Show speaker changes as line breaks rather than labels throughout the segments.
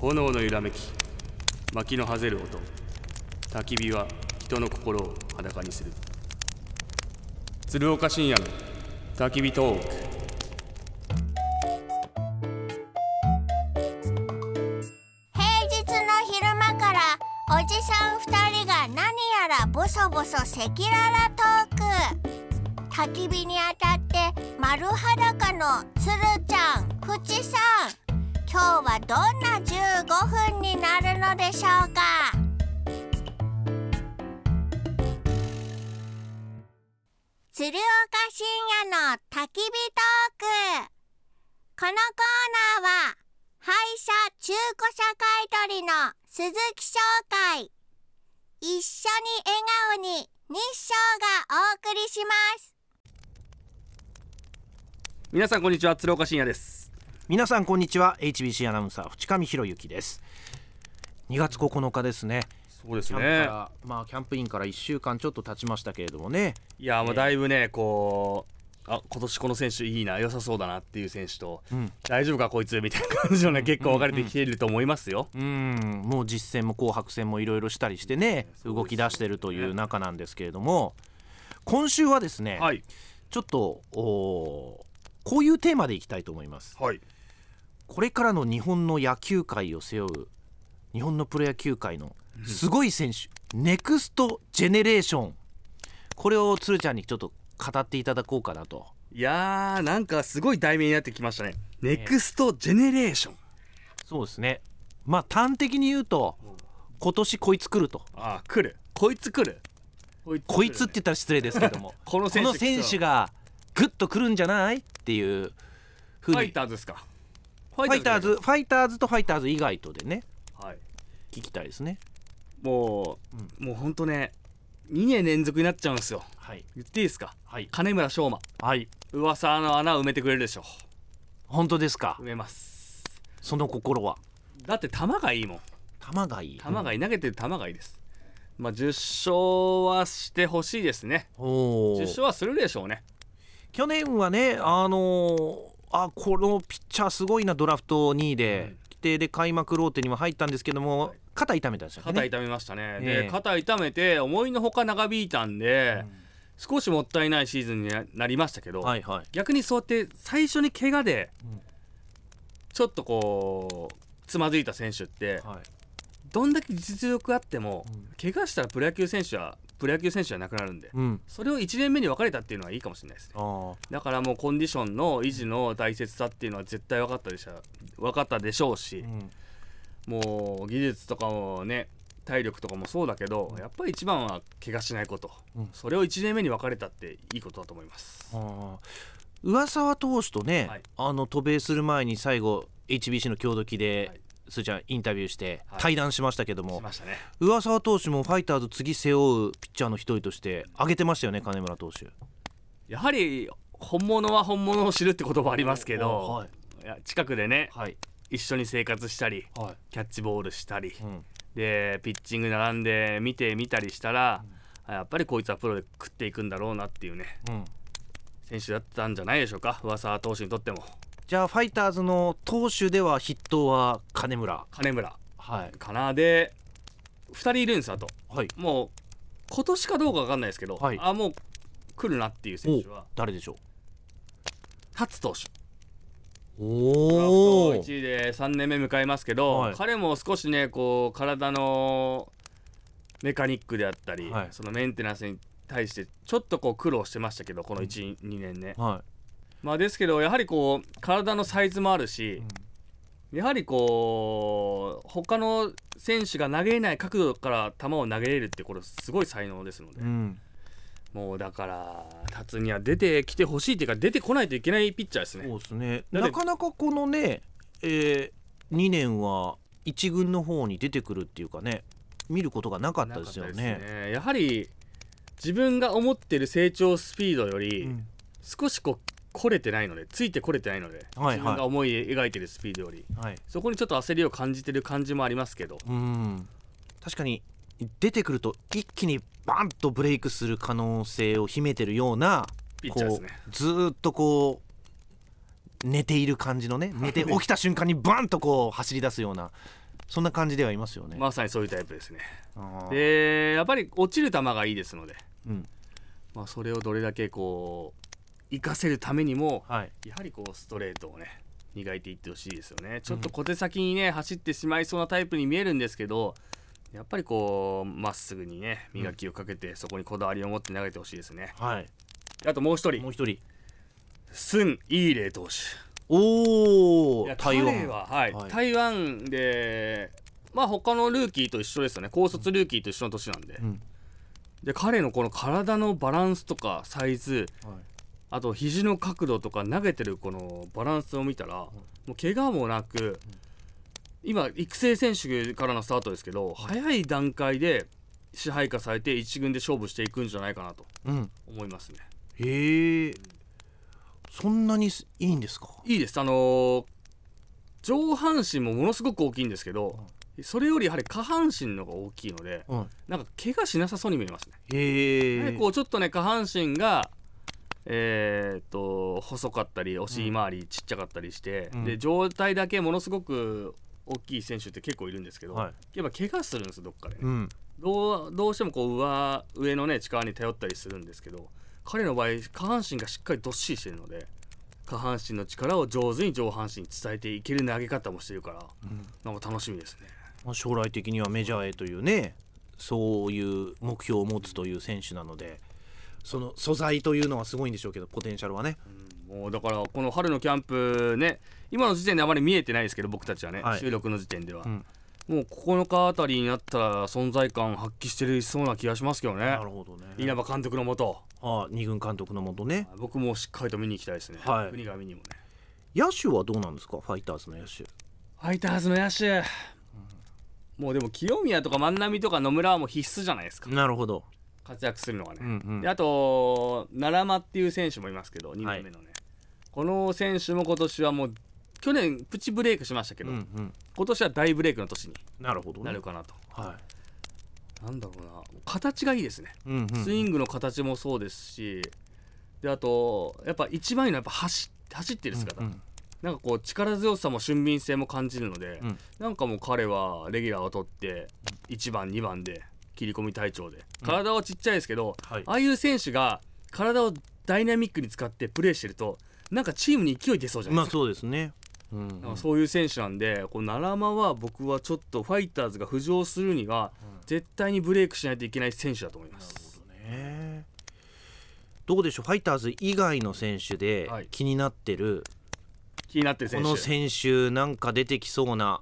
炎の揺らめき薪のはぜる音焚き火は人の心を裸にする鶴岡深夜の焚き火トーク
平日の昼間からおじさん2人が何やらボソボソ赤裸々トーク焚き火に当たって丸裸のつるちゃんふちさん今日はどんな15分になるのでしょうか鶴岡深夜の焚き火トークこのコーナーは廃車中古車買取の鈴木商会一緒に笑顔に日照がお送りします
皆さんこんにちは鶴岡深夜です
皆さんこんにちは HBC アナウンサー淵上博之です2月9日ですね
そうで
キ
す
ャンプか
ね
ら、まあキャンプインから1週間ちょっと経ちましたけれどもね
いやもうだいぶねこうあ今年この選手いいな良さそうだなっていう選手と、
ん
大丈夫かこいつみたいな感じのね結構分かれてきていると思いますよ、
うんもう実戦も紅白戦もいろいろしたりしてね
そうですね
動き出してるという中なんですけれども今週はですね、
はい
ちょっとおーこういうテーマでいきたいと思います
はい
これからの日本の野球界を背負う日本のプロ野球界のすごい選手、ネクストジェネレーションこれを鶴ちゃんにちょっと語っていただこうかなと
いやーなんかすごい題名になってきましたねネクストジェネレーション
そうですねまあ端的に言うと今年こいつ来ると
あー来るこいつ来るこいつ
こいつって言ったら失礼ですけども
この選手
この選手がグッと来るんじゃないっていうふ
フ
うに
ァイターズですかフ
ファイターズファイターズとファイターズ以外とでね
はい
聞きたいですね
もう、もうほんとね2年連続になっちゃうんですよ
はい
言っていいですか
はい
金村翔馬
はい
噂の穴を埋めてくれるでしょ
本当ですか
埋めます
その心は
だって球がいいもん
球がいい
球がいい投げてる球がいいですまあ10勝はしてほしいですね
お
10勝はするでしょうね
去年はね、あのーあこのピッチャーすごいなドラフト2位で、
うん
規定で開幕ローテにも入ったんですけども肩痛めたんですよね
肩痛めましたね、
え
で
え
肩痛めて思いのほか長引いたんで、少しもったいないシーズンになりましたけど、
はいはい
逆にそうやって最初に怪我で
うん
ちょっとこうつまずいた選手って
はい
どんだけ実力あっても
うん
怪我したらプロ野球選手はプロ野球選手じゃなくなるんで
うん
それを1年目に分かれたっていうのはいいかもしれないですね
あー
だからもうコンディションの維持の大切さっていうのは絶対分かったでしょ分かったでしょうし
うん
もう技術とかもね体力とかもそうだけどやっぱり一番は怪我しないこと
うん
それを1年目に分かれたっていいことだと思います
あー上沢投手とね、
はい
あの渡米する前に最後 HBC の共同機で、
はい
すーちゃんインタビューして
はい
対談しましたけども、
しましたね
上沢投手もファイターズ次背負うピッチャーの一人として挙げてましたよね金村投手
やはり本物は本物を知るって言葉ありますけど、
はい
いや近くでね
はい
一緒に生活したり
はい、
キャッチボールしたり
うん
でピッチング並んで見てみたりしたら、やっぱりこいつはプロで食っていくんだろうなっていうね
うん、
選手だったんじゃないでしょうか上沢投手にとっても
じゃあファイターズの投手では筆頭は金村
金村
はい
かなで2人いるんですあと
はい
もう今年かどうか分かんないですけど、
はい
あもう来るなっていう選手は
誰でしょ
達投手
う
ドラフト
おお
1位で3年目迎えますけど、
はい
彼も少しねこう体のメカニックであったり、
はい
そのメンテナンスに対してちょっとこう苦労してましたけどこの12、2年ね、
は
まあ、ですけどやはりこう体のサイズもある
い
し、やはりこう他の選手が投げれない角度から球を投げれるってこれすごい才能ですので、
うん
もうだから達には出てきてほしいっていうか出てこないといけないピッチャーですね
そうですね
だって
なかなかこのねえー、2年は一軍の方に出てくるっていうかね見ることがなかったですよね
なかったですねやはり自分が思ってる成長スピードより、
うん
少しこうこれてないのでついてこれてないので、
はいはい
自分が思い描いてるスピードより
はい
そこにちょっと焦りを感じてる感じもありますけど
うん確かに出てくると一気にバンとブレイクする可能性を秘めてるような
ピッチャーですね
こうずーっとこう寝ている感じのね寝て起きた瞬間にバンとこう走り出すようなそんな感じではいますよね、
まさにそういうタイプですね
あー
でやっぱり落ちる球がいいですので、
うん
まあ、それをどれだけこう活かせるためにも
はい
やはりこうストレートをね磨いていってほしいですよねちょっと小手先にね走ってしまいそうなタイプに見えるんですけどやっぱりこうまっすぐにね磨きをかけてそこにこだわりを持って投げてほしいですね
はい
あともう一人
もう一人
スン・イーレイ投手
お
い
お
や
台
彼
湾
は、はい
はい
台湾でまあ他のルーキーと一緒ですよね高卒ルーキーと一緒の年なんで、
うん
で彼のこの体のバランスとかサイズ
はい
あと肘の角度とか投げてるこのバランスを見たらもう怪我もなく今育成選手からのスタートですけど早い段階で支配下されて一軍で勝負していくんじゃないかなと
うん
思いますね。
へえそんなにすいいんですか
いいですあのー上半身もものすごく大きいんですけどそれよりやはり下半身の方が大きいので
うん
なんか怪我しなさそうに見えますね。
へ
やは
え
りこうちょっとね下半身がえーっと細かったりお尻周りちっちゃかったりして、
うん
で状態だけものすごく大きい選手って結構いるんですけど、
はい
やっぱ怪我するんですよどっかでね、
うん
どうどうしてもこう上上のね力に頼ったりするんですけど彼の場合下半身がしっかりどっしりしてるので下半身の力を上手に上半身に伝えていける投げ方もしてるから、なんか楽しみですね。
まあ将来的にはメジャーへというねそういう目標を持つという選手なのでその素材というのはすごいんでしょうけどポテンシャルはね
もうだからこの春のキャンプね今の時点であまり見えてないですけど僕たちはね、
はい
収録の時点では、
ん
もう9日あたりになったら存在感発揮してるそうな気がしますけどね
なるほどね
稲葉監督のもと
あ二軍監督のもとね
僕もしっかりと見に行きたいですね、
はい
国が見にもね
野手はどうなんですかファイターズの野手
ファイターズの野手、もうでも清宮とか万波とか野村はもう必須じゃないですか
なるほど
活躍するのがね、
うんうん
であと奈良間っていう選手もいますけど2年目のね、この選手も今年はもう去年プチブレイクしましたけ
う
ど、
んうん
今年は大ブレイクの年に
なるほどね
なるかなと、
は
なんだろうな形がいいですね、
いうんうん
スイングの形もそうですしであとやっぱ一番いいのはやっぱ走走ってる姿、
うん
なんかこう力強さも俊敏性も感じるので、
うん
なんかもう彼はレギュラーを取って1番2番で切り込み隊長で体はちっちゃいですけど、
はい
ああいう選手が体をダイナミックに使ってプレーしてるとなんかチームに勢い出そうじゃない
ま
ですか
あそうですねうん
なんかそういう選手なんで、こう奈良間は僕はちょっとファイターズが浮上するには、絶対にブレイクしないといけない選手だと思います。
ねどうでしょうファイターズ以外の選手で
はい
気になってる、
気になってる
こ
選手。
の選手なんか出てきそうな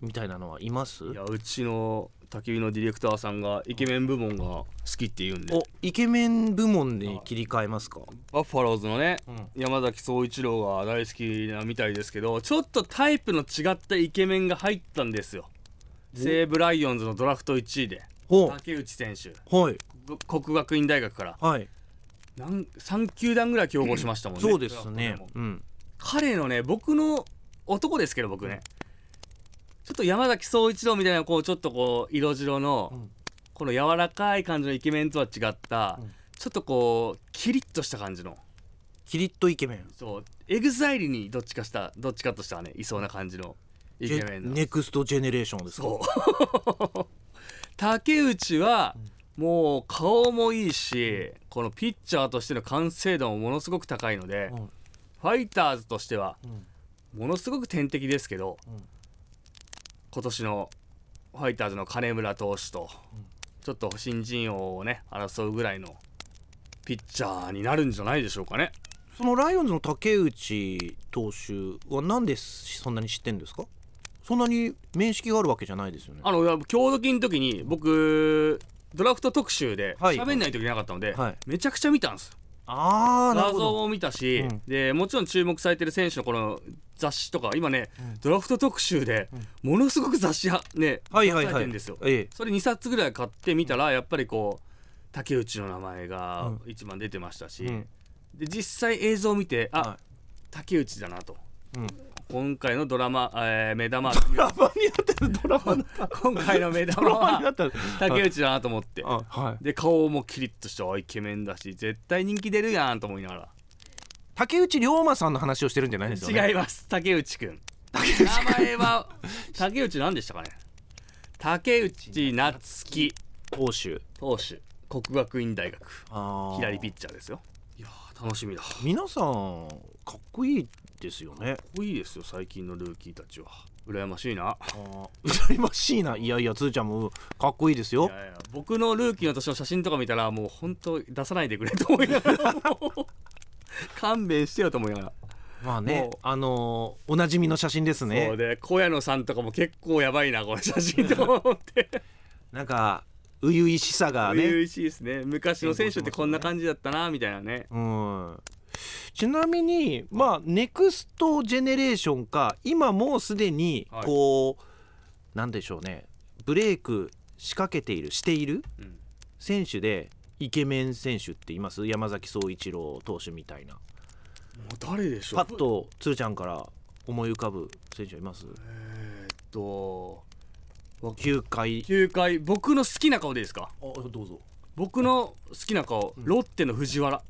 みたいなのはいます
いやうちの焚き火のディレクターさんがイケメン部門が好きって言うんで
おイケメン部門に切り替えますか
バッファローズのね、
ん
山崎総一郎が大好きなみたいですけどちょっとタイプの違ったイケメンが入ったんですよ西武ライオンズのドラフト1位で
お
竹内選手
はい
国学院大学から
はい
なん3球団ぐらい競合しましたもんね
そうですね
ドラフトでも
うん
彼のね僕の男ですけど僕ねちょっと山崎総一郎みたいなこうちょっとこう色白の、
ん
この柔らかい感じのイケメンとは違った、
ん
ちょっとこうキリッとした感じの
キリッとイケメン
そうエグザイルにどっちかしたどっちかとしたらねいそうな感じのイケメンの
ネクストジェネレーションですか
そう竹内はもう顔もいいしこのピッチャーとしての完成度もものすごく高いので、
うん
ファイターズとしては
ん
ものすごく天敵ですけど、
ん
今年のファイターズの金村投手とちょっと新人王をね争うぐらいのピッチャーになるんじゃないでしょうかね。
そのライオンズの竹内投手はなんでそんなに知ってんですかそんなに面識があるわけじゃないですよね
あの強度金の時に僕ドラフト特集で
はい
喋んない時なかったので、
はい
めちゃくちゃ見たんですよ
あーなる
画
ほ
像
ど
も見たし、
うん
でもちろん注目されてる選手のこの雑誌とか今ね、ドラフト特集でものすごく雑誌はね、
はいはい
出さ
は
れて
い
んですよ
ええ
それ2冊ぐらい買ってみたらやっぱりこう竹内の名前が
うん
一番出てましたし、
うん
で実際映像を見てあ、
は
竹内だなと
いうん
今回のドラマ、えー目 玉
ラマになってるドラマになっ
今回の目
ド
玉
ラマにな
は
った
竹内だなと思って
あはい
で顔もキリッとしてあイケメンだし絶対人気出るやんと思いなが
竹内涼真さんの話をしてるんじゃないですよね
ら違います竹内くん名前は 竹内何でしたかね竹内夏樹
欧州
投手国学院大学
あー
左ピッチャーですよいやー楽しみだかっ
皆さんかっこいいですよね
こいいですよ最近のルーキーたちは羨ましいな
あー羨ましいないやいやつーちゃんもかっこいいです
い
よ
やいや僕のルーキーの年の写真とか見たらもう本当出さないでくれと思いながらもう勘弁してよと思いながら
まあね
もう
あのーおなじみの写真です
そう
ね
で小屋野さんとかも結構やばいなこの写真と思って
なんか初々しさが
初
ね
々しいですね昔の選手ってこんな感じだったなみたいなね
うんちなみにまあネクストジェネレーションか今もうすでに
はい
こう、なんでしょうねブレイク仕掛けているしている
うん
選手でイケメン選手っています山崎総一郎投手みたいな
もう誰でしょう
パッとつーちゃんから思い浮かぶ選手います
えーっと
9回
9回僕の好きな顔でいいですか
あどうぞ
僕の好きな顔、ロッテの藤原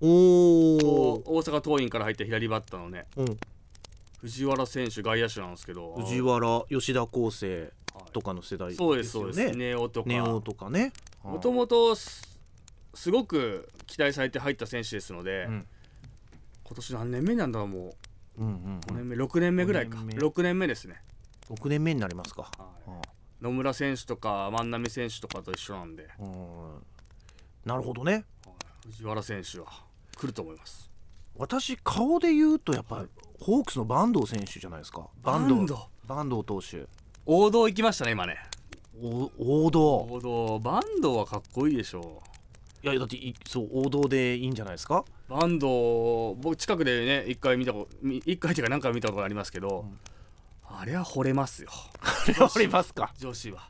お
大
お、
阪桐蔭から入った左バッターのね
うん、
藤原選手外野手なんですけど
藤原吉田康生
はい
とかの世代ですよ
そう
ね
ですそうですネオとか
ネオとかね
もともとすすごく期待されて入った選手ですので、
うん
今年何年目なんだろうも
うんうん
う5
うん
年目6年目ぐらいか
五年目
6年目ですね、
6年目になりますか
はい
あ
野村選手とか万波選手とかと一緒なんで、
あうんなるほどね
藤原選手は来ると思います
私顔で言うとやっぱホークスの坂東選手じゃないですか
バ
坂
ン
東
ド
坂東投手
王道行きましたね今ね
お王道
王道バンドはかっこいいでしょ
いやだっていそう王道でいいんじゃないですか
うバンド僕近くでね一回見たことみ一回っていうか何回も見たことありますけど、あれは惚れますよ
ありますか
女子は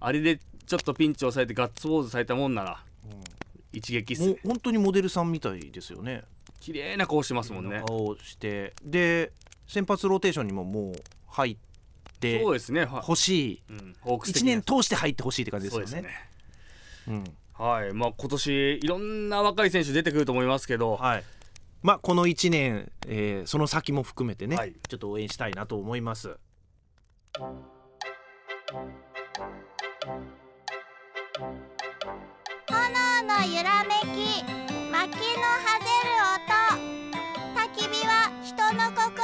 あれでちょっとピンチを抑えてガッツポーズされたもんなら、一撃っす
もう
ね
本当にモデルさんみたいですよね
綺麗な顔してますもんね
顔をしてで先発ローテーションにももう入って
そうですねは
ほしい
うん、ホークス的
1
には
年通して入ってほしいって感じです
そう
よ
で
ね
すね
うん
はいまあ今年いろんな若い選手出てくると思いますけど、
はいまあこの1年、えーその先も含めてね、
はい
ちょっと応援したいなと思います
炎の揺らめき薪のはぜる音焚き火は人の心